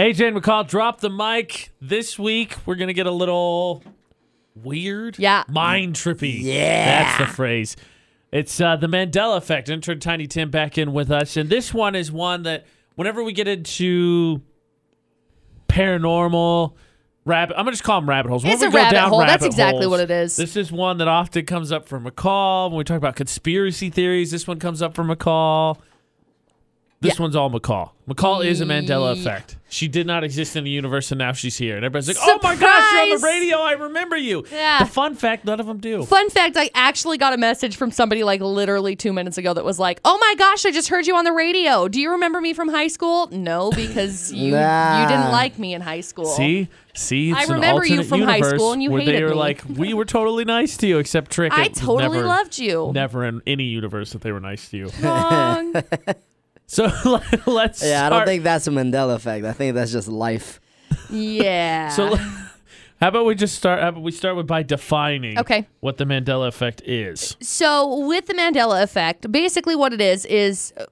AJ McCall, drop the mic. This week we're gonna get a little weird. Yeah. Mind trippy. Yeah. That's the phrase. It's uh, the Mandela effect. Intern Tiny Tim back in with us. And this one is one that whenever we get into paranormal rabbit I'm gonna just call them rabbit holes. It's Whenever a we go rabbit down hole. That's rabbit exactly holes, what it is. This is one that often comes up for McCall. When we talk about conspiracy theories, this one comes up for McCall. This one's all McCall. McCall is a Mandela Yeah. effect. She did not exist in the universe, and now she's here. And everybody's like, "Oh my gosh, you're on Surprise!" the radio! I remember you." Yeah. The fun fact: none of them do. Fun fact I actually got a message from somebody like literally two minutes ago that was like, Oh my gosh, I just heard you on the radio. Do you remember me from high school? No, because you Nah. you didn't like me in high school. See, see, it's I an remember you alternate from high universe school and you where they hated were me. like, "We were totally nice to you," except Trick. I it was totally never- loved you. Never in any universe that they were nice to you. Wrong. So let's. Yeah, I start- don't think that's a Mandela effect. I think that's just life. yeah. So l- how about we just start? How about we start with by defining Okay. what the Mandela effect is? So, with the Mandela effect, basically what it is is uh,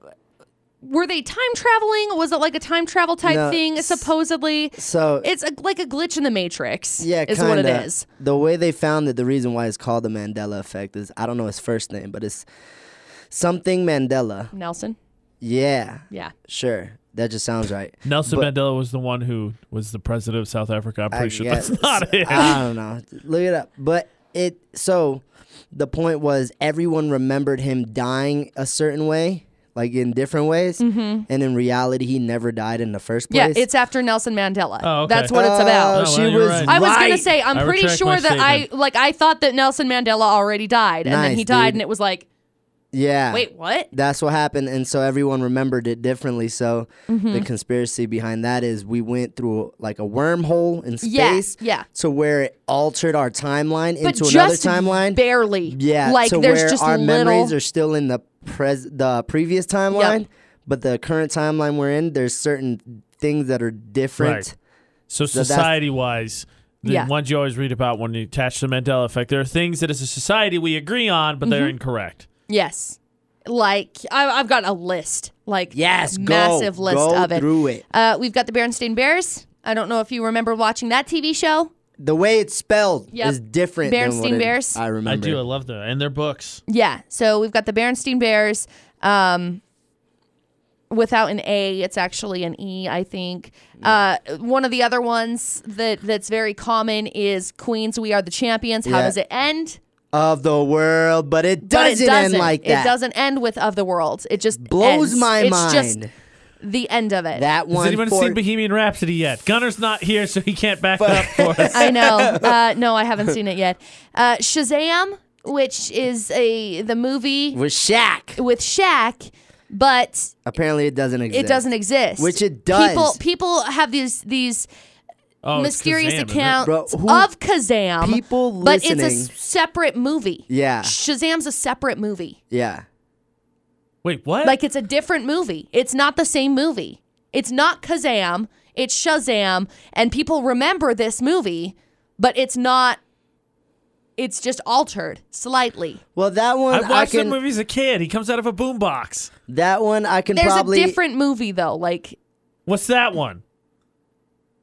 were they time traveling? Was it like a time travel type No, thing? s- Supposedly, So it's a, like a glitch in the matrix. yeah, is kinda. what it is. The way they found it, the reason why it's called the Mandela effect is I don't know his first name, but it's something Mandela. Nelson. Yeah, Yeah. sure. That just sounds right. Nelson But- Mandela was the one who was the president of South Africa. I'm pretty I sure guess. Ah, that's not it. I don't know. Look it up. But it so the point was everyone remembered him dying a certain way, like in different ways, and in reality he never died in the first Mm-hmm. Yeah, place. it's after Nelson Mandela. Oh, okay. That's what it's Oh, about. well, she you're was. right. I was gonna right. say I'm I pretty retract my sure that I statement. like I thought that Nelson Mandela already died, and then Nice, he died, dude. and it was like, Yeah. wait, what? That's what happened, and so everyone remembered it differently. So Mm-hmm. the conspiracy behind that is we went through like a wormhole in Yeah, space, yeah. to where it altered our timeline But into another just timeline, barely. yeah, like to there's where just our little. memories are still in the pres the previous timeline, but the current timeline we're in, there's certain things that are different. Right. So that's- society wise, the Yeah. ones you always read about when you attach the Mandela effect, there are things that as a society we agree on, but Mm-hmm. they're incorrect. Yes. Like I, I've got a list, like Yes, go, massive list go of it. through it. Uh, we've got the Berenstain Bears. I don't know if you remember watching that TV show. The way it's spelled Yep. is different. than what Berenstain it- Bears. I I remember. do. I love that. And their books. Yeah. So we've got the Berenstain Bears. Um, without an A, it's actually an E, I think. Mm. Uh, one of the other ones that that's very common is Queens. We are the champions. How Yeah. does it end? of the world, but it But doesn't, end like that. It doesn't end with of the world. It just blows ends. my it's mind. just the end of it. that Has one. anyone for- seen Bohemian Rhapsody yet? Gunner's not here, so he can't back it up for us. I know. Uh, no, I haven't seen it yet. Uh, Shazam, which is a the movie with Shaq. with Shaq, but Apparently, it doesn't exist. it doesn't exist. Which it does. People people have these these Oh, it's mysterious Kazam, isn't it? accounts Bro, who- of Kazam. people but it's a listening- s- separate movie. Yeah. Shazam's a separate movie. Yeah. Wait, what? Like it's a different movie. It's not the same movie. It's not Kazam. It's Shazam, and people remember this movie, but it's not. It's just altered slightly. Well, that one I I, watched that can. movie as a kid. He comes out of a boombox. That one I can There's probably. a different movie though. Like, What's that one?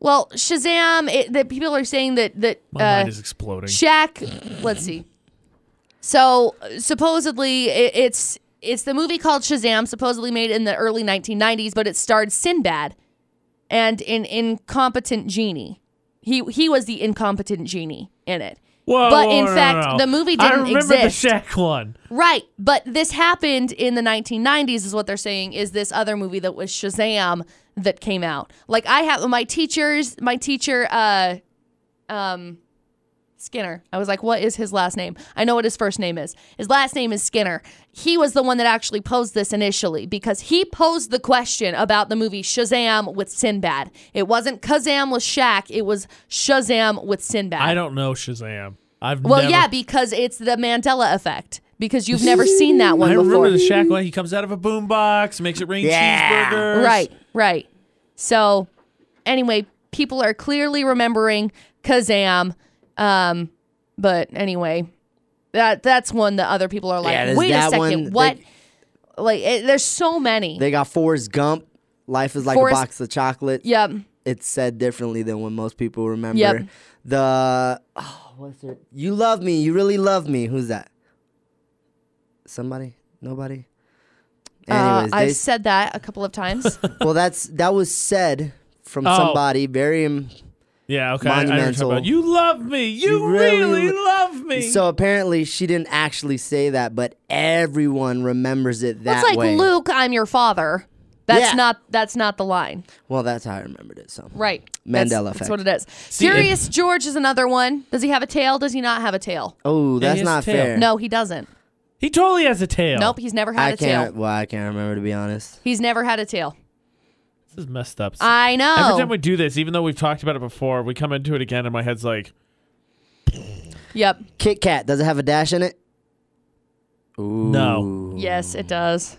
well, Shazam. It, that people are saying that that My uh, mind is exploding. Shaq. Let's see. So supposedly it, it's it's the movie called Shazam, supposedly made in the early 1990s, but it starred Sinbad and an incompetent genie. He he was the incompetent genie in it. Whoa, but whoa, in no, no, fact, no. the movie I didn't remember exist. the Shaq one. Right, but this happened in the 1990s, is what they're saying. Is this other movie that was Shazam that came out? Like I have my teachers, my teacher, uh, um, Skinner. I was like, what is his last name? I know what his first name is. His last name is Skinner. He was the one that actually posed this initially because he posed the question about the movie Shazam with Sinbad. It wasn't Kazam with Shaq. It was Shazam with Sinbad. I don't know Shazam. I've well, never, yeah, because it's the Mandela effect. Because you've never seen that one I before. remember the Shaq one. He comes out of a boombox, makes it rain Yeah. cheeseburgers. Right, right. So, anyway, people are clearly remembering Kazam. Um, but anyway, that that's one that other people are like, Yeah, there's wait a that second, one what? like, it, there's so many. They got Forrest Gump. Life is like Forrest- a box of chocolate. yep. uh, it's said differently than when most people remember. Yep. The oh, what's it? You love me. You really love me. Who's that? Somebody? Nobody? Uh, Anyways, they I've s- said that a couple of times. well, that's that was said from Oh. somebody. Very. im- Yeah, okay. I- I know what you're talking Monumental. about. you love me. You, You really, really love me. So apparently, she didn't actually say that, but everyone remembers it that That's like way. Luke, I'm your father. That's Yeah. not that's not the line. Well, that's how I remembered it. So Right. Mandela that's, That's effect. what it is. See, Curious George is another one. Does he have a tail? Does he not have a tail? Oh, that's his not tail. fair. No, he doesn't. he totally has a tail. Nope, he's never had I a can't. tail. Well, I can't remember to be honest. He's never had a tail. This is messed up. I know. Every time we do this, even though we've talked about it before, we come into it again and my head's like, yep. Kit Kat does it have a dash in it? Ooh. No. Yes, it does.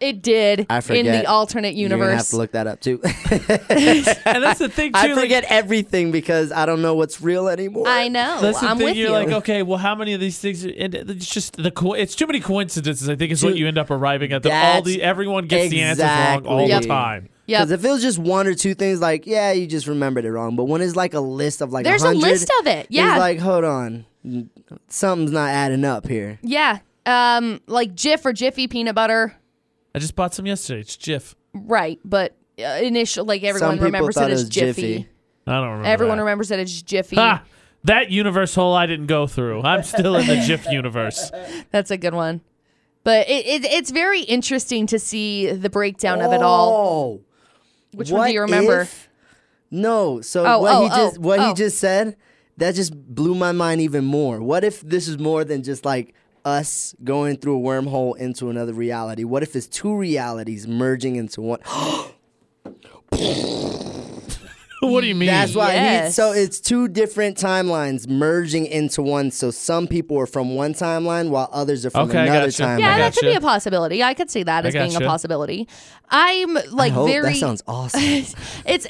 It did I in forget. the alternate You're gonna have universe. to look that up too. and that's the thing too. I like- forget everything because I don't know what's real anymore. I know. That's the I'm thing. with you're you. like, oh, okay, well, how many of these things? And it's just the co- it's too many coincidences. I think is what Dude, you end up arriving at. That all that's the everyone gets the answers wrong all exactly- the time. Yep. Because if it was just one or two things, like yeah, you just remembered it wrong. But when it's like a list of like There's a 100, list of it. it's Yeah. like hold on, something's not adding up here. yeah. Um, like Jif or Jiffy peanut butter. I just bought some yesterday. It's Jif. Right, but uh, initial like Some everyone people remembers thought it it as was Jiffy. Jiffy. I don't remember. Everyone that. remembers it as Jiffy. Ha! That universe hole I didn't go through. I'm still in the Jif universe. That's a good one. But it, it it's very interesting to see the breakdown of it all. Oh, Which one do you remember? if- No. So Oh, what oh, he just oh, what oh. he just said that just blew my mind even more. What if this is more than just like us going through a wormhole into another reality? What if it's two realities merging into one? what do you mean? That's why he, Yes. so it's two different timelines merging into one. So some people are from one timeline while others are from Okay, I another gotcha. timeline. Yeah, I that could gotcha. be a possibility. I could see that I as being gotcha. a possibility. I'm like Hope- very that sounds awesome. it's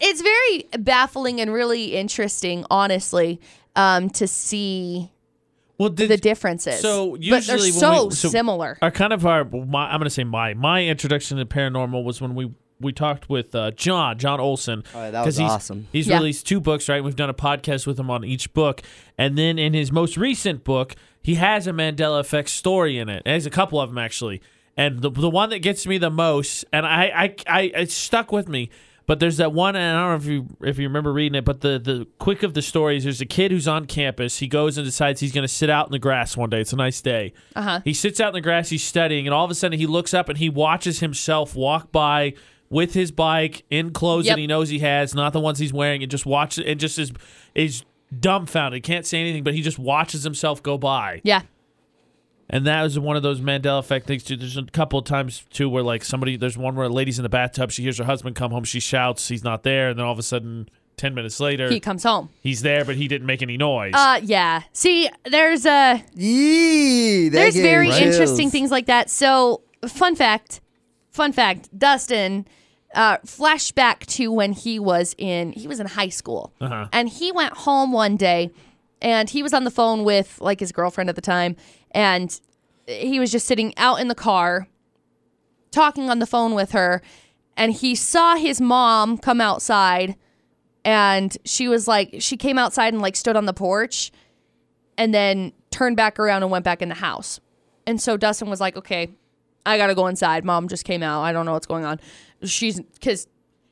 it's very baffling and really interesting, honestly, um, to see Well, did, the differences. So but they're usually when so, we- so- similar. Our kind of our my, I'm gonna say my my introduction to paranormal was when we we talked with uh, John John Olson Oh, yeah, that 'cause was he's, awesome. He's Yeah. released two books, right? We've done a podcast with him on each book, and then in his most recent book, he has a Mandela effect story in it. There's a couple of them actually, and the the one that gets me the most, and I I, I it stuck with me. But there's that one, and I don't know if you if you remember reading it, but the the quick of the stories. There's a kid who's on campus. He goes and decides he's going to sit out in the grass one day. It's a nice day. Uh-huh. He sits out in the grass. He's studying, and all of a sudden he looks up and he watches himself walk by with his bike in clothes Yep. that he knows he has, not the ones he's wearing, and just watches and just is is dumbfounded. Can't say anything, but he just watches himself go by. yeah. And that was one of those Mandela effect things too. There's a couple of times too where like somebody there's one where a lady's in the bathtub, she hears her husband come home, she shouts, he's not there, and then all of a sudden ten minutes later He comes home. he's there but he didn't make any noise. Uh yeah. See, there's a Yee, that there's gave very me interesting chills. things like that. So, fun fact, fun fact, Dustin, uh, flashback to when he was in he was in high school, Uh-huh. and he went home one day, and he was on the phone with like his girlfriend at the time, and he was just sitting out in the car, talking on the phone with her, and he saw his mom come outside. And she was like, she came outside and like stood on the porch and then turned back around and went back in the house. And so Dustin was like, okay, I gotta go inside. Mom just came out. I don't know what's going on. She's because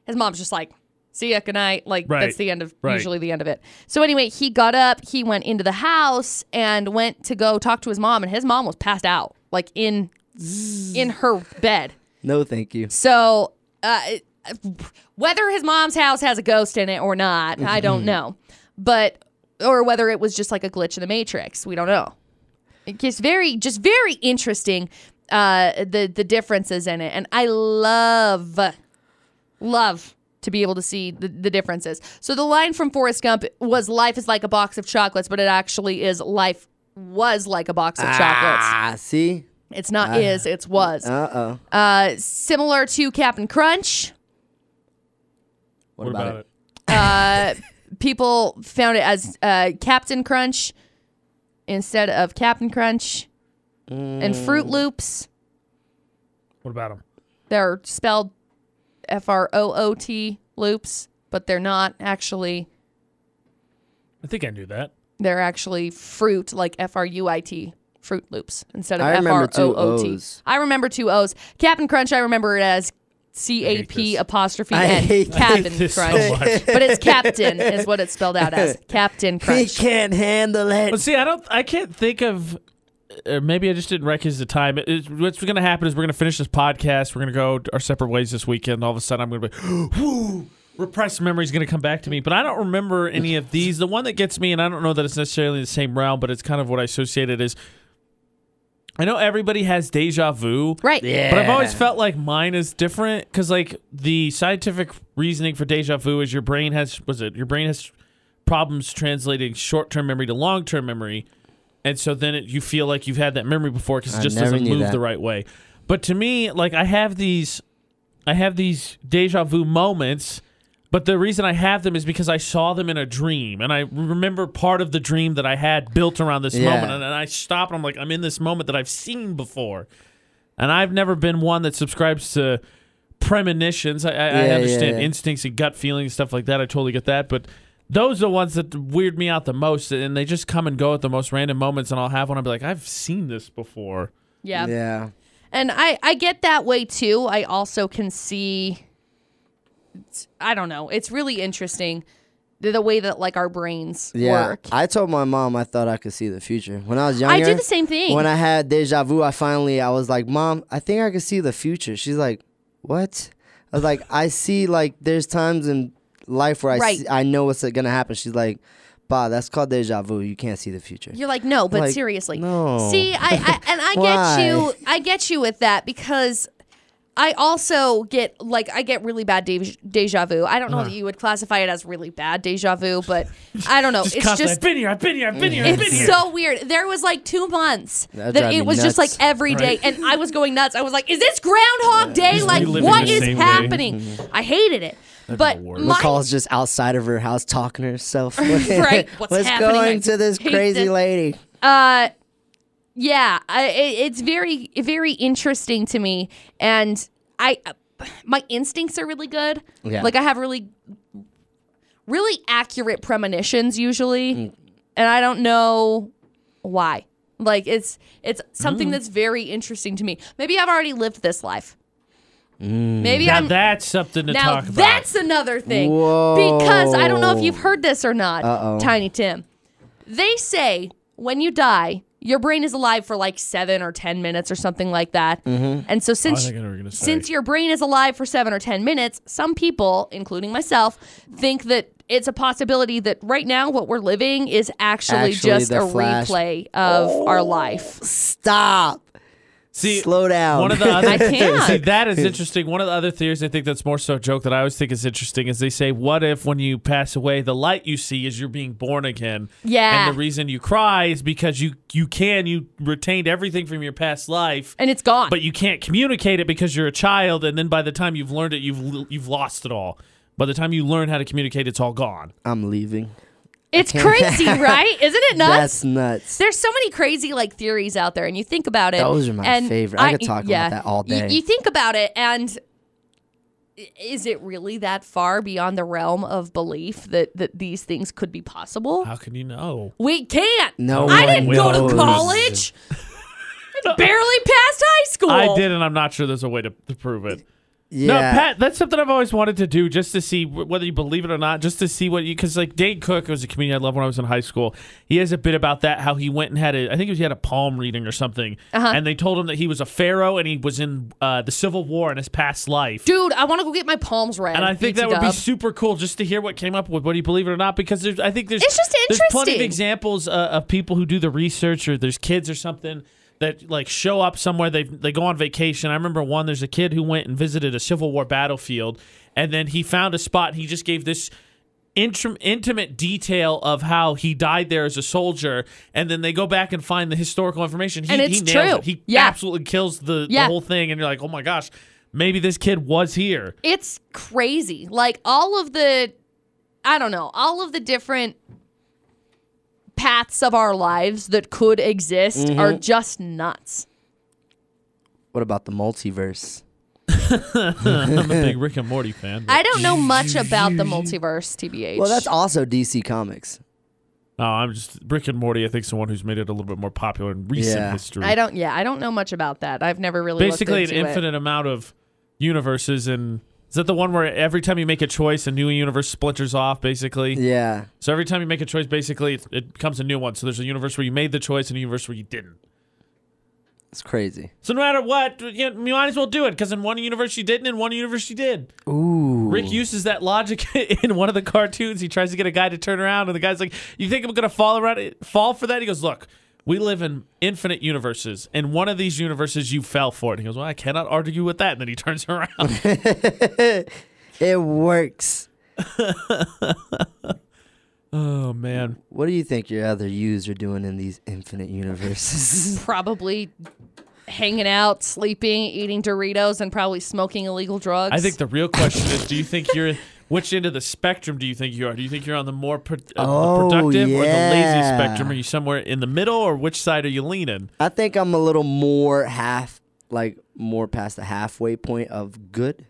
his mom's just like, see ya, good night. Like Right. that's the end of Right. usually the end of it. So anyway, he got up, he went into the house and went to go talk to his mom, and his mom was passed out, like in in her bed. No, thank you. So, uh, it- whether his mom's house has a ghost in it or not, I don't know. But, or whether it was just like a glitch in the Matrix, we don't know. It's very, just very interesting, uh, the, the differences in it. And I love, love to be able to see the, the differences. So, the line from Forrest Gump was life is like a box of chocolates, but it actually is life was like a box of chocolates. Ah, see. It's not is, it's was Uh oh. uh, similar to Captain Crunch. What, about, it? Uh, people found it as uh, Captain Crunch instead of Captain Crunch. And Mm. Fruit Loops, What about him? they're spelled F R O O T loops but they're not actually. I think I knew that. They're actually fruit, like F R U I T, Fruit Loops instead of I F remember R O two O T. O's. I remember two O's. Captain Crunch, I remember it as C A P this. apostrophe I N. hate I Captain hate this so Crunch. much. but it's Captain, is what it's spelled out as. Captain He Crunch. can't handle it. But see, I don't. I can't think of. Or maybe I just didn't recognize the time. It- it's- what's going to happen is we're going to finish this podcast. We're going to go our separate ways this weekend. All of a sudden, I'm going to be, whoo, repressed memory's going to come back to me. But I don't remember any of these. The one that gets me, and I don't know that it's necessarily the same round, but it's kind of what I associate it is. I know everybody has deja vu. Right. yeah. But I've always felt like mine is different because, like, the scientific reasoning for deja vu is your brain has was it your brain has problems translating short-term memory to long-term memory, and so then it, you feel like you've had that memory before because it I just never doesn't knew move that. the right way. But to me, like, I have these, I have these deja vu moments. But the reason I have them is because I saw them in a dream, and I remember part of the dream that I had built around this Yeah. moment. And, and I stop, and I'm like, I'm in this moment that I've seen before. And I've never been one that subscribes to premonitions. I, I, I yeah, understand yeah. instincts and gut feelings, stuff like that. I totally get that. But those are the ones that weird me out the most, and they just come and go at the most random moments. And I'll have one. I'll be like, I've seen this before. Yeah. Yeah. And I I get that way too. I also can see it's- I don't know. It's really interesting the, the way that like our brains Yeah. work. I told my mom I thought I could see the future when I was younger. I do the same thing. When I had deja vu, I finally I was like, "Mom, I think I could see the future." She's like, "What?" I was like, "I see like there's times in life where I Right. see, I know what's gonna happen." She's like, "Bah, that's called deja vu. You can't see the future." You're like, no, but Like, seriously. no. See, I, I and I Why? get you I get you with that because I also get like I get really bad de- deja vu. I don't know Uh-huh. that you would classify it as really bad deja vu, but I don't know. Just it's constantly, just I've been here. I've been here. I've been here. I've been it's here. so weird. There was like two months That'd that, drive me it was just like nuts. every day, Right. and I was going nuts. I was like, "Is this Groundhog Day? Like, reliving what the is same Mm-hmm. day. happening?" I hated it. but the worst. my, McCall's just outside of her house talking to herself. Right, what's happening? going I to this hate crazy this. lady? uh, yeah, I, it, it's very, very interesting to me, and I, my instincts are really good. Yeah. Like I have really, really accurate premonitions usually, and I don't know why. Like it's it's something that's very interesting to me. Maybe I've already lived this life. Maybe now I'm that's something to now talk about. that's another thing. Because I don't know if you've heard this or not, Uh-oh. Tiny Tim. They say when you die, your brain is alive for like seven or ten minutes or something like that. And so Mm-hmm. Oh, I since think I know what you're gonna say. since your brain is alive for seven or ten minutes, some people, including myself, think that it's a possibility that right now what we're living is actually, Actually, just the a flash. replay of our life. Stop. See, Slow down. One of the other I can't. see that is interesting. One of the other theories I think that's more so a joke that I always think is interesting is they say, "What if when you pass away, the light you see is you're being born again?" Yeah. and the reason you cry is because you you can you retained everything from your past life, And it's gone. but you can't communicate it because you're a child, and then by the time you've learned it, you've l- you've lost it all. By the time you learn how to communicate, it's all gone. I'm leaving. it's crazy, right? Isn't it nuts? That's nuts. There's so many crazy like theories out there, and you think about it. Those are my and favorite. I could talk about that all You- day. You, think about it, and i- is it really that far beyond the realm of belief that that these things could be possible? How can you know? We can't. No I one didn't go knows. to college. I barely passed high school. I did, and I'm not sure there's a way to, to prove it. yeah. No, Pat, that's something I've always wanted to do just to see wh- whether you believe it or not, just to see what you because like Dane Cook was a comedian I loved when I was in high school. He has a bit about that how he went and had a I think it was he had a palm reading or something, Uh-huh. and they told him that he was a pharaoh and he was in uh, the Civil War in his past life. Dude, I want to go get my palms read. and I think that would be BT-dub. super cool just to hear what came up with whether you believe it or not because there's I think there's It's just there's plenty of interesting. examples uh, of people who do the research or there's kids or something that like show up somewhere they they go on vacation. I remember one there's a kid who went and visited a Civil War battlefield and then he found a spot and he just gave this intrim- intimate detail of how he died there as a soldier and then they go back and find the historical information he, And it's he nails true. it. he Yeah. absolutely kills the, Yeah. the whole thing and you're like oh my gosh maybe this kid was here it's crazy. Like all of the, I don't know, all of the different paths of our lives that could Mm-hmm. exist are just nuts. What about the multiverse? I'm a big Rick and Morty fan. but- I don't know much about the multiverse, TBH. Well, that's also DC Comics. No, I'm just Rick and Morty. I think is the one who's made it a little bit more popular in recent Yeah. history. I don't. Yeah, I don't know much about that. I've never really looked Basically, an into it. infinite amount of universes, and is that the one where every time you make a choice, a new universe splinters off? Basically, Yeah. so every time you make a choice, basically it, it becomes a new one. So there's a universe where you made the choice and a universe where you didn't. It's crazy. So no matter what, you, you might as well do it because in one universe you didn't, in one universe you did. Ooh. Rick uses that logic in one of the cartoons. He tries to get a guy to turn around, and the guy's like, "You think I'm gonna fall around, fall for that?" He goes, "Look, we live in infinite universes. In one of these universes, you fell for it." He goes, "Well, I cannot argue with that." And then he turns around. It works. oh man, What do you think your other yous are doing in these infinite universes? probably hanging out, sleeping, eating Doritos, and probably smoking illegal drugs. I think the real question is, do you think you're which end of the spectrum do you think you are? Do you think you're on the more pro- uh, Oh, productive or the lazy yeah. spectrum? Are you somewhere in the middle, or which side are you leaning? I think I'm a little more half, like more past the halfway point of good.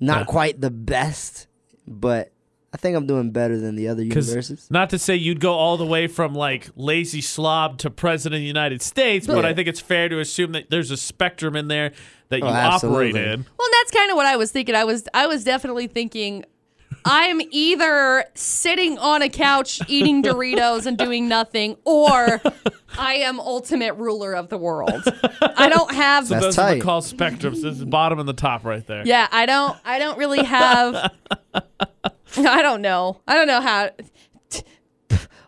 Not Yeah. quite the best, but I think I'm doing better than the other 'Cause universes. Not to say you'd go all the way from like lazy slob to president of the United States, but, Yeah. I think it's fair to assume that there's a spectrum in there that you Oh, operate absolutely. in. Well, and that's kind of what I was thinking. I was I was definitely thinking I'm either sitting on a couch eating Doritos and doing nothing or I am ultimate ruler of the world. I don't have That's Those are tight. called spectrums. This is the bottom and the top right there. Yeah, I don't I don't really have I don't know. I don't know how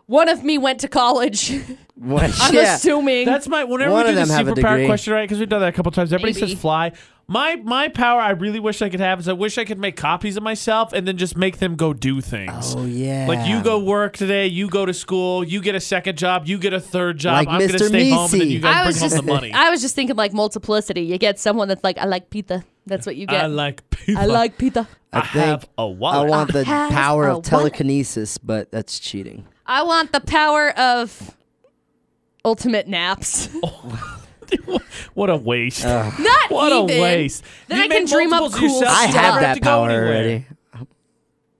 one of me went to college. I'm assuming That's my whenever One we of do the them have a superpower degree. question, right? Because we've done that a couple times. Everybody Maybe. says fly. My my power I really wish I could have is I wish I could make copies of myself and then just make them go do things. Oh yeah. Like you go work today, you go to school, you get a second job, you get a third job. Like I'm gonna Mr. stay home, and then Meese. you I guys was bring just home the money. I was just thinking like multiplicity. You get someone that's like I like pizza. That's what you get. I like people. I like pizza. I, think have a I wallet. want the Has power a of what? telekinesis, but that's cheating. I want the power of ultimate naps. what a waste. Not what even. a waste. Then You I can make dream up multiples cool yourself, I you have never that to go anywhere.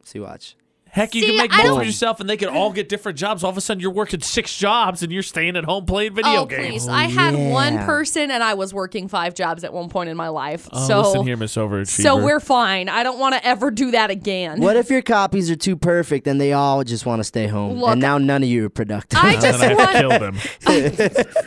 See, watch. Heck, you See, can make I don't- multiples yourself, and they could all get different jobs. All of a sudden, you're working six jobs, and you're staying at home playing video Oh games. please! I had one yeah. person, and I was working five jobs at one point in my life. Oh, so, listen here, Miss Overachiever. so we're fine. I don't want to ever do that again. What if your copies are too perfect and they all just want to stay home, Look, and now none of you are productive? I Then just I have to want, kill them.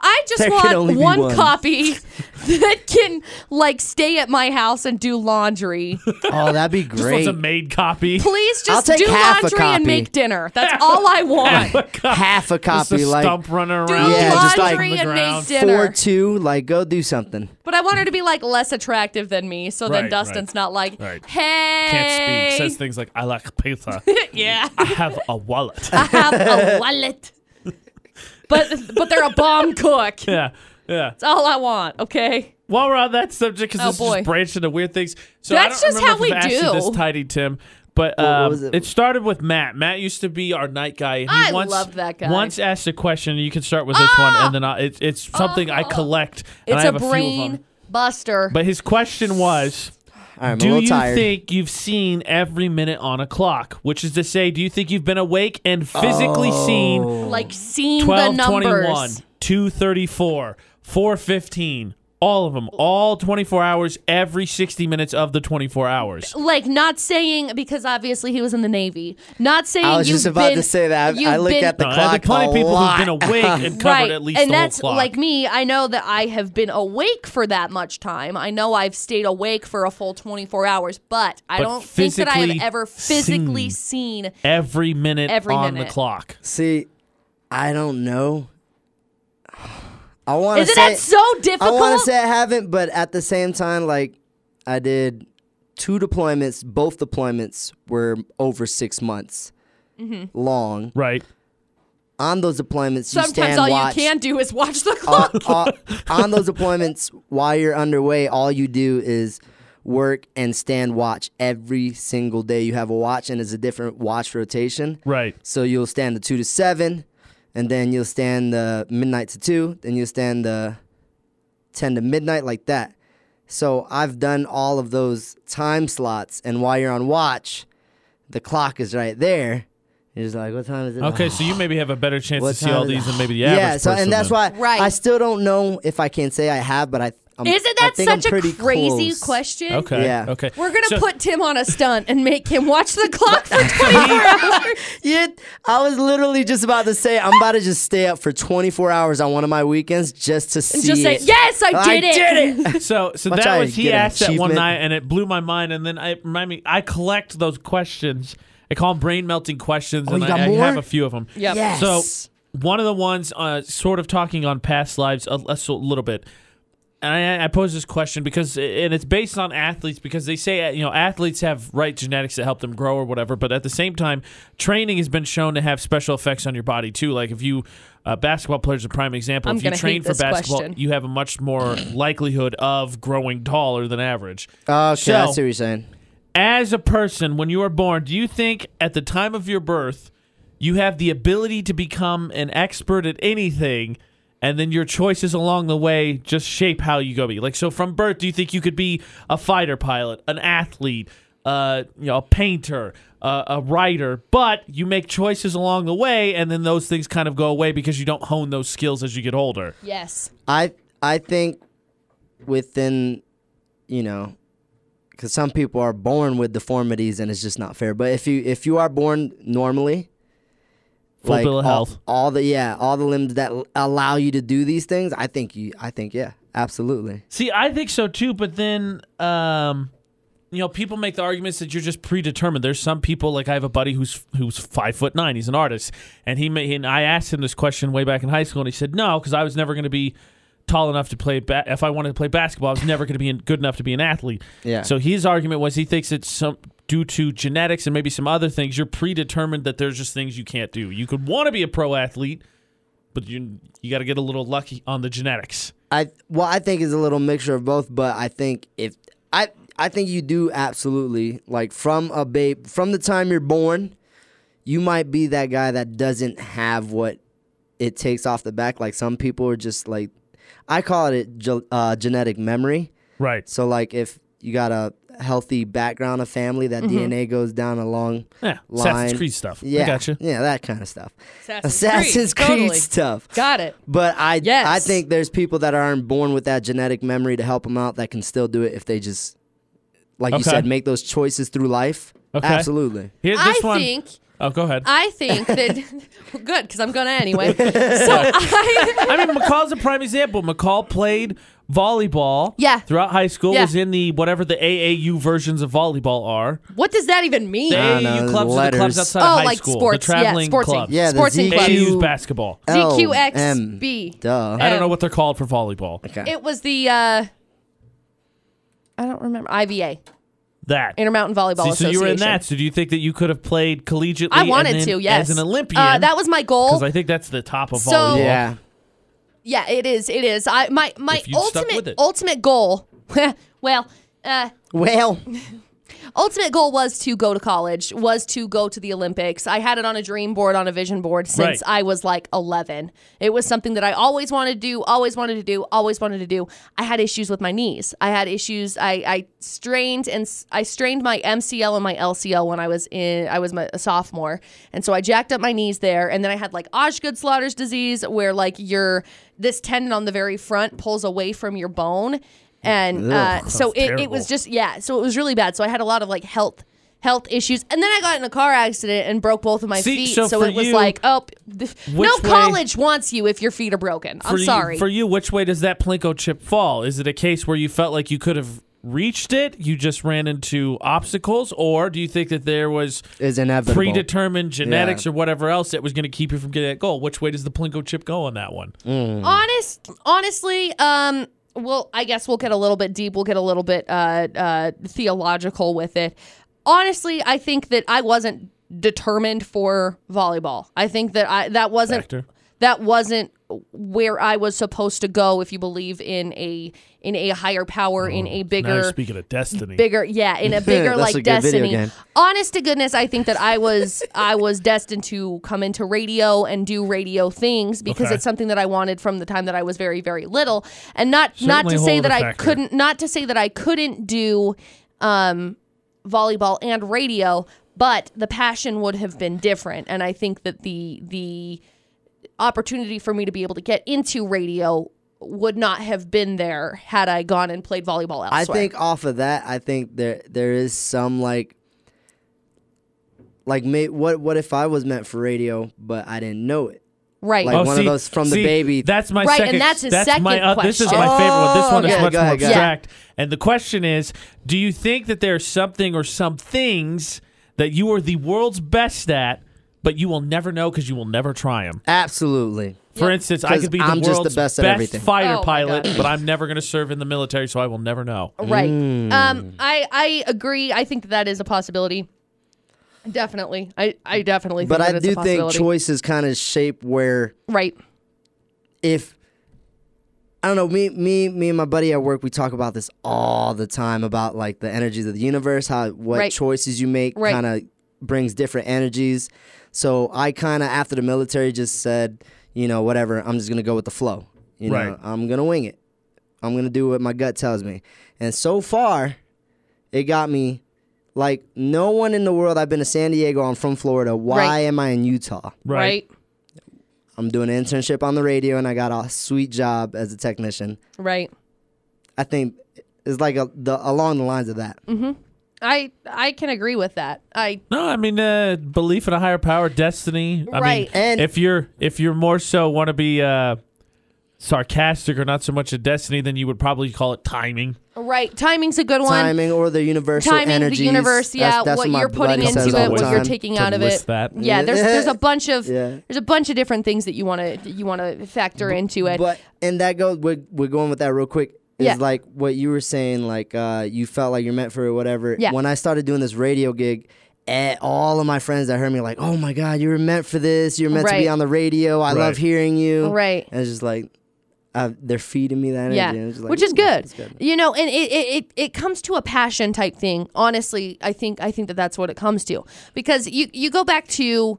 I just There can only want one be one. copy that can like stay at my house and do laundry. oh, that'd be Just wants great. a made copy. Please just take do half a laundry and copy. make dinner. That's all I want. Half a Just a copy, like stump running Do around. Yeah, just like- laundry on the and make ground. dinner. four two. Like go do something. But I want her to be like less attractive than me, so then Right, Dustin's right. not like, Right. hey, Can't speak. Says things like, I like pizza. yeah, I have a wallet. I have a wallet, but but they're a bomb cook. That's yeah. Yeah. all I want. Okay. While we're on that subject, because Oh, this boy. just branched into weird things. So That's I just don't remember how if I've we asked you do. This tidy Tim, but what um, was it? it started with Matt. Matt used to be our night guy. And he I once, loved that guy. Ah! Once asked a question, you can start with this one, and then I, it, it's something I collect. and It's I a have a, few of brain them. buster. But his question was. All right, I'm a Do little you tired. think you've seen every minute on a clock? Which is to say, do you think you've been awake and physically seen like seeing the 12, numbers. 21, 234, 415, all of them, all 24 hours, every 60 minutes of the 24 hours? Like not saying because obviously he was in the navy. Not saying I was you've just about been- to say that. I- I you've look been- at the No, clock. there's plenty a of people lot. who've been awake and covered right. at least and the whole that's clock. like me. I know that I have been awake for that much time. I know I've stayed awake for a full 24 hours, but I But don't think that I have physically ever physically seen. every minute Every on minute. the clock. See, I don't know. I want to Isn't say that so difficult? I want to say I haven't, but at the same time, like I did two deployments. Both deployments were over six months Mm-hmm. long. Right. On those deployments, you Sometimes stand all watch. Um, you can do is watch the clock. on, on- on those deployments, while you're underway, all you do is work and stand watch every single day. You have a watch, and it's a different watch rotation. Right. So you'll stand the two to seven, and then you'll stand the midnight to two, then you'll stand the ten to midnight like that. So I've done all of those time slots, and while you're on watch, the clock is right there. You're just like, what time is it? Okay, so you maybe have a better chance What to see time all is it? these than maybe the average yeah. So person and that's then. why Right. I still don't know if I can say I have, but I. I'm, Isn't I that think I'm such a pretty crazy close. question? Okay. Yeah. Okay. We're gonna So- put Tim on a stunt and make him watch the clock for 24 hours. Yeah, I was literally just about to say I'm about to just stay up for 24 hours on one of my weekends just to see. And just say, it. "Yes, I did it." did it. So, so Watch that I was he get an asked that one achievement. night, and it blew my mind. And then I remind me, I collect those questions. I call them brain melting questions, and Oh, you got I, I more? have a few of them. Yep. yes. So one of the ones, uh, sort of talking on past lives a, a so- little bit. And I, I pose this question because, and it's based on athletes because they say uh, you know athletes have right genetics that help them grow or whatever, but at the same time, training has been shown to have special effects on your body too. Like if you, uh, basketball players are a prime example. I'm if you gonna train hate for this basketball, question. you have a much more likelihood of growing taller than average. Oh, okay, I So- see what you're saying. As a person, when you are born, do you think at the time of your birth you have the ability to become an expert at anything, and then your choices along the way just shape how you go be? Like, so from birth, do you think you could be a fighter pilot, an athlete, uh, you know, a painter, uh, a writer? But you make choices along the way, and then those things kind of go away because you don't hone those skills as you get older. Yes. I I think within, you know, because some people are born with deformities and it's just not fair. But if you if you are born normally, Full bill of all, health. all the yeah, all the limbs that l- allow you to do these things, I think you, I think yeah, absolutely. See, I think so too, but then um you know, people make the arguments that you're just predetermined. There's some people like I have a buddy who's who's five foot nine. He's an artist, and he ma- and I asked him this question way back in high school, and he said no because I was never going to be tall enough to play. Ba- if I wanted to play basketball, I was never going to be in- good enough to be an athlete. Yeah. So his argument was he thinks it's some due to genetics and maybe some other things. You're predetermined that there's just things you can't do. You could want to be a pro athlete, but you you got to get a little lucky on the genetics. I well, I think it's a little mixture of both, but I think if I I think you do absolutely like from a babe from the time you're born, you might be that guy that doesn't have what it takes off the back. Like some people are just like, I call it ge- uh, genetic memory. Right. So like if you got a healthy background of family, that Mm-hmm. DNA goes down a long Yeah, line. Assassin's Creed stuff. yeah, I gotcha. yeah, that kind of stuff. Assassin's, Assassin's Creed, Totally. stuff. Got it. But I Yes. I think there's people that aren't born with that genetic memory to help them out that can still do it if they just like you Okay. said make those choices through life. Okay. Absolutely. Here, this I one. think oh, go ahead. I, I think that well, good because I'm gonna anyway. So I mean, McCall's a prime example. McCall played volleyball. Yeah. Throughout high school, Yeah. was in the whatever the AAU versions of volleyball are. what does that even mean? The I don't AAU know, clubs are the clubs Uh, letters. outside oh, of high like school. sports, the traveling yeah, sporting, clubs. Yeah, the sporting Z- clubs. AAU's Club. basketball. DQXB. Duh. I don't know what they're called for volleyball. Okay. It was the uh, I don't remember IVA That. Intermountain Volleyball See, so Association. you were in that. So do you think that you could have played collegiately? I and wanted then to, yes. As an Olympian, uh, that was my goal. because I think that's the top of So- volleyball. yeah. yeah, it is. It is. I my my If you'd stuck with ultimate it. ultimate goal. well, uh, Well, ultimate goal was to go to college, was to go to the Olympics. I had it on a dream board, on a vision board since Right. I was like 11. It was something that I always wanted to do, always wanted to do, always wanted to do. I had issues with my knees. I had issues. I, I strained and s- I strained my MCL and my LCL when I was in, I was my, a sophomore. And so I jacked up my knees there. And then I had like Osgood-Slaughter's disease where like your, this tendon on the very front pulls away from your bone. And uh, so it, it terrible. was just yeah so it was really bad so i had a lot of like health health issues and then i got in a car accident and broke both of my See, feet so so, for it was you, like oh th- no way- college wants you if your feet are broken i'm for sorry You, for you, which way does that Plinko chip fall? Is it a case where you felt like you could have reached it, you just ran into obstacles, or do you think that there was is inevitable. predetermined genetics or whatever else that was going to keep you from getting that goal? Which way does the Plinko chip go on that one? honest honestly um well i guess we'll get a little bit deep we'll get a little bit uh uh theological with it honestly i think that i wasn't determined for volleyball i think that i that wasn't Factor. that wasn't where I was supposed to go if you believe in a in a higher power in Oh, a Now you're bigger speaking of destiny. bigger yeah in a bigger That's like a good video destiny game. honest to goodness i think that i was i was destined to come into radio and do radio things because Okay. it's something that i wanted from the time that i was very very little and not not Certainly to a say whole that other i factor. couldn't not to say that i couldn't do um volleyball and radio but the passion would have been different and i think that the the opportunity for me to be able to get into radio would not have been there had i gone and played volleyball elsewhere I think off of that, I think there there is some like like may, what what if I was meant for radio but I didn't know it? right like- one of those from the Oh, see, baby- That's my Right, and second. that's his my, second uh, This is question. my favorite one. This one Oh, is okay. much Go more ahead, go ahead. abstract. And the question is: Do you think that there's something or some things that you are the world's best at, but you will never know because you will never try them? Absolutely. For instance, I 'Cause could be the I'm just the world's best at everything. Oh, fighter my pilot, God. but I'm never going to serve in the military, so I will never know. Right. Mm. Um, I I agree. I think that, that is a possibility. Definitely. I I definitely. Think But that I it's a do think possibility. choices kind of shape where Right. if I don't know, me me me and my buddy at work we talk about this all the time about like the energies of the universe, how what Right. choices you make Right. kind of brings different energies. So I kind of after the military just said, you know, whatever, I'm just going to go with the flow. You Right. know, I'm going to wing it. I'm going to do what my gut tells me. And so far it got me like no one in the world I've been to San Diego, I'm from Florida. Why Right. am I in Utah? Right. Right. I'm doing an internship on the radio and I got a sweet job as a technician. Right. I think it's like a, the along the lines of that. I I can agree with that. I No, I mean uh, belief in a higher power, destiny. I Right. mean, And- if you're if you're more so want to be uh, sarcastic or not so much a destiny, then you would probably call it timing. right. Timing's a good one. Timing or the universal Timing, energies. the universe, yeah, That's- that's what my you're putting buddy into says it, all the what time. you're taking To out of list it. that. Yeah, there's there's a bunch of Yeah. there's a bunch of different things that you want to you want to factor into it. But and that goes. We're, we're going with that real quick. Is Yeah. like what you were saying. Like uh, you felt like you're meant for it, whatever. Yeah. When I started doing this radio gig. eh, all of my friends that heard me like, oh my god, you were meant for this. You're meant to Right. be on the radio. I love Right. hearing you. Right. And it's just like, i they're feeding me that energy. yeah, and it's just like, which is "Ooh, good. that's good. You know, and it, it, it, it comes to a passion type thing. Honestly, I think I think that that's what it comes to because you you go back to,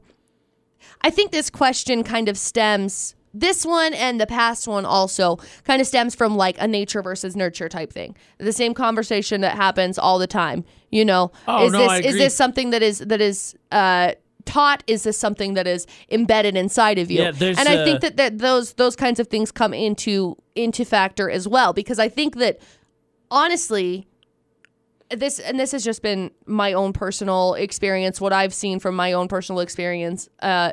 I think this question kind of stems this one and the past one also kind of stems from like a nature versus nurture type thing. The same conversation that happens all the time. You know, Oh, is no, this I is agree. this something that is that is uh taught is this something that is embedded inside of you Yeah, there's uh, and I a- think that, that those those kinds of things come into into factor as well because i think that honestly this and this has just been my own personal experience what i've seen from my own personal experience uh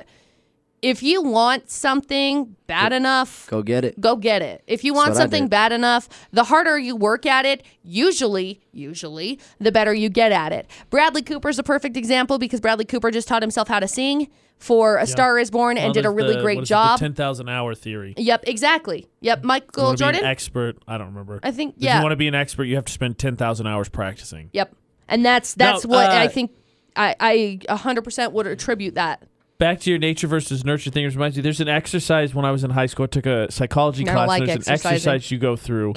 if you want something bad enough Go get it. go get it. If you want what I something did. bad enough, the harder you work at it, usually, usually, the better you get at it. Bradley Cooper's a perfect example because Bradley Cooper just taught himself how to sing for A Star Is Born and did a really great job. Ten thousand hour theory. yep, exactly. Yep, Michael wanna Jordan. Be an expert. I don't remember. I think If yeah. you want to be an expert, you have to spend ten thousand hours practicing. yep, and that's that's Now, what uh, I think. I I hundred percent would attribute that. Back to your nature versus nurture thing. It reminds me. There's an exercise when I was in high school. I took a psychology I don't class. like and there's an exercising. exercise you go through,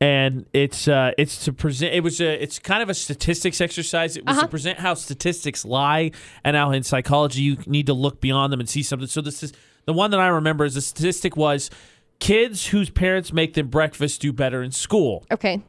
and it's uh, it's to present. It was a it's kind of a statistics exercise. It was Uh-huh. to present how statistics lie and how in psychology you need to look beyond them and see something. So this is the one that I remember is the statistic was kids whose parents make them breakfast do better in school. Okay,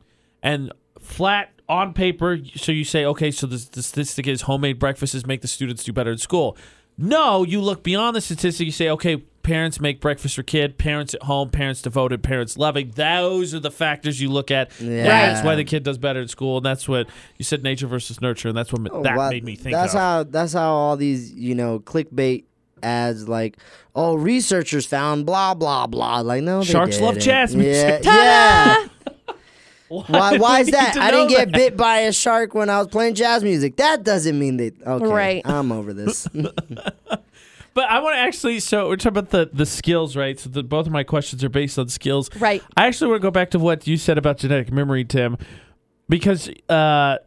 and flat on paper. So you say, okay, so the, the statistic is homemade breakfasts make the students do better in school. No, you look beyond the statistic. You say, okay, parents make breakfast for kid, parents at home, parents devoted, parents loving. Those are the factors you look at. That's Yeah. why the kid does better in school, and that's what you said, nature versus nurture, and that's what Oh, that wow. made me think. That's of. how that's how all these you know clickbait ads like oh researchers found blah blah blah like no they Sharks love didn't. jasmine. yeah yeah why, do why we is need that to I didn't know get bit by a shark when I was playing jazz music that doesn't mean they okay Right. I'm over this But I want to actually. So we're talking about the the skills, right? So the, both of my questions are based on skills, Right. I actually want to go back to what you said about genetic memory, Tim, because uh,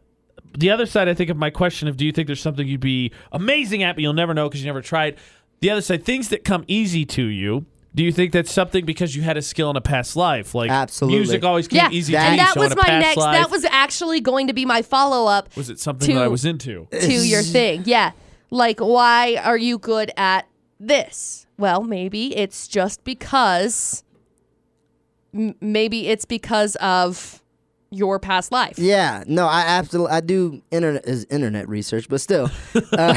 the other side, I think, of my question of do you think there's something you'd be amazing at but you'll never know because you never tried. The other side, things that come easy to you Do you think that's something because you had a skill in a past life? Like Absolutely. music always came Yeah, easy to and me. that so was in a my past next. life, That was actually going to be my follow up was it something that I to- was into? to your thing. Yeah, like why are you good at this? Well, maybe it's just because. M- maybe it's because of your past life. Yeah, no, I absolutely I do internet is internet research, but still, uh,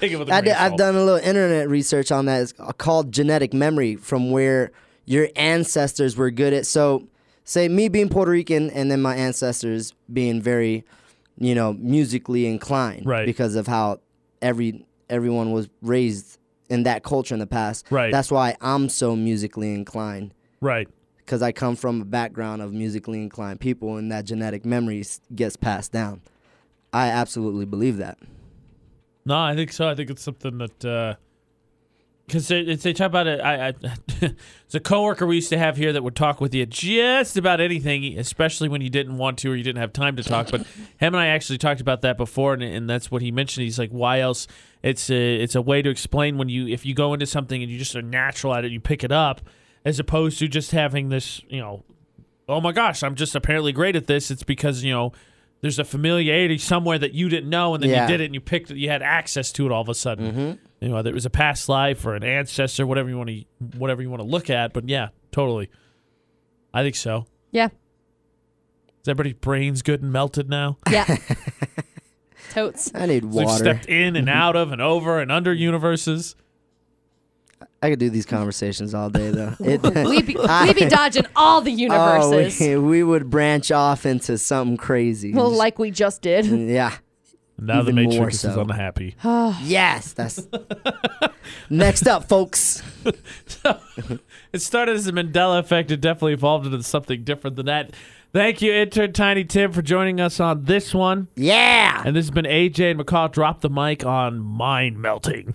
Take it with a I grain did, of I've salt. done a little internet research on that. It's called genetic memory from where your ancestors were good at. So, say me being Puerto Rican and then my ancestors being very, you know, musically inclined, Right. Because of how every everyone was raised in that culture in the past, Right. That's why I'm so musically inclined right. because I come from a background of musically inclined people, and that genetic memory s- gets passed down. I absolutely believe that. No, I think so. I think it's something that because they, they talk about it. I, I it's a coworker we used to have here that would talk with you just about anything, especially when you didn't want to or you didn't have time to talk. But him and I actually talked about that before, and, and that's what he mentioned. He's like, why else? It's a it's a way to explain when you if you go into something and you just are natural at it, you pick it up, as opposed to just having this you know oh my gosh, I'm just apparently great at this. It's because, you know, there's a familiarity somewhere that you didn't know and then Yeah. Mm-hmm. you did it and you picked it, you had access to it all of a sudden. You know, whether it was a past life or an ancestor, whatever you want to whatever you want to look at, but yeah, totally. I think so. Yeah. Is everybody's brains good and melted now? Yeah. Totes. I need We've water. Mm-hmm. stepped in and out of and over and under universes. I could do these conversations all day, though. It, We'd be, we'd be dodging all the Ah. Oh, we- universes. we, would branch off into something crazy. well, Just- like we just did. yeah. Now Even the more Matrix is so. unhappy. Yes, that's next up, folks. It started as the Mandela effect. It definitely evolved into something different than that. Thank you, intern Tiny Tim, for joining us on this one. Yeah. And this has been AJ and McCall. Drop the mic on mind melting.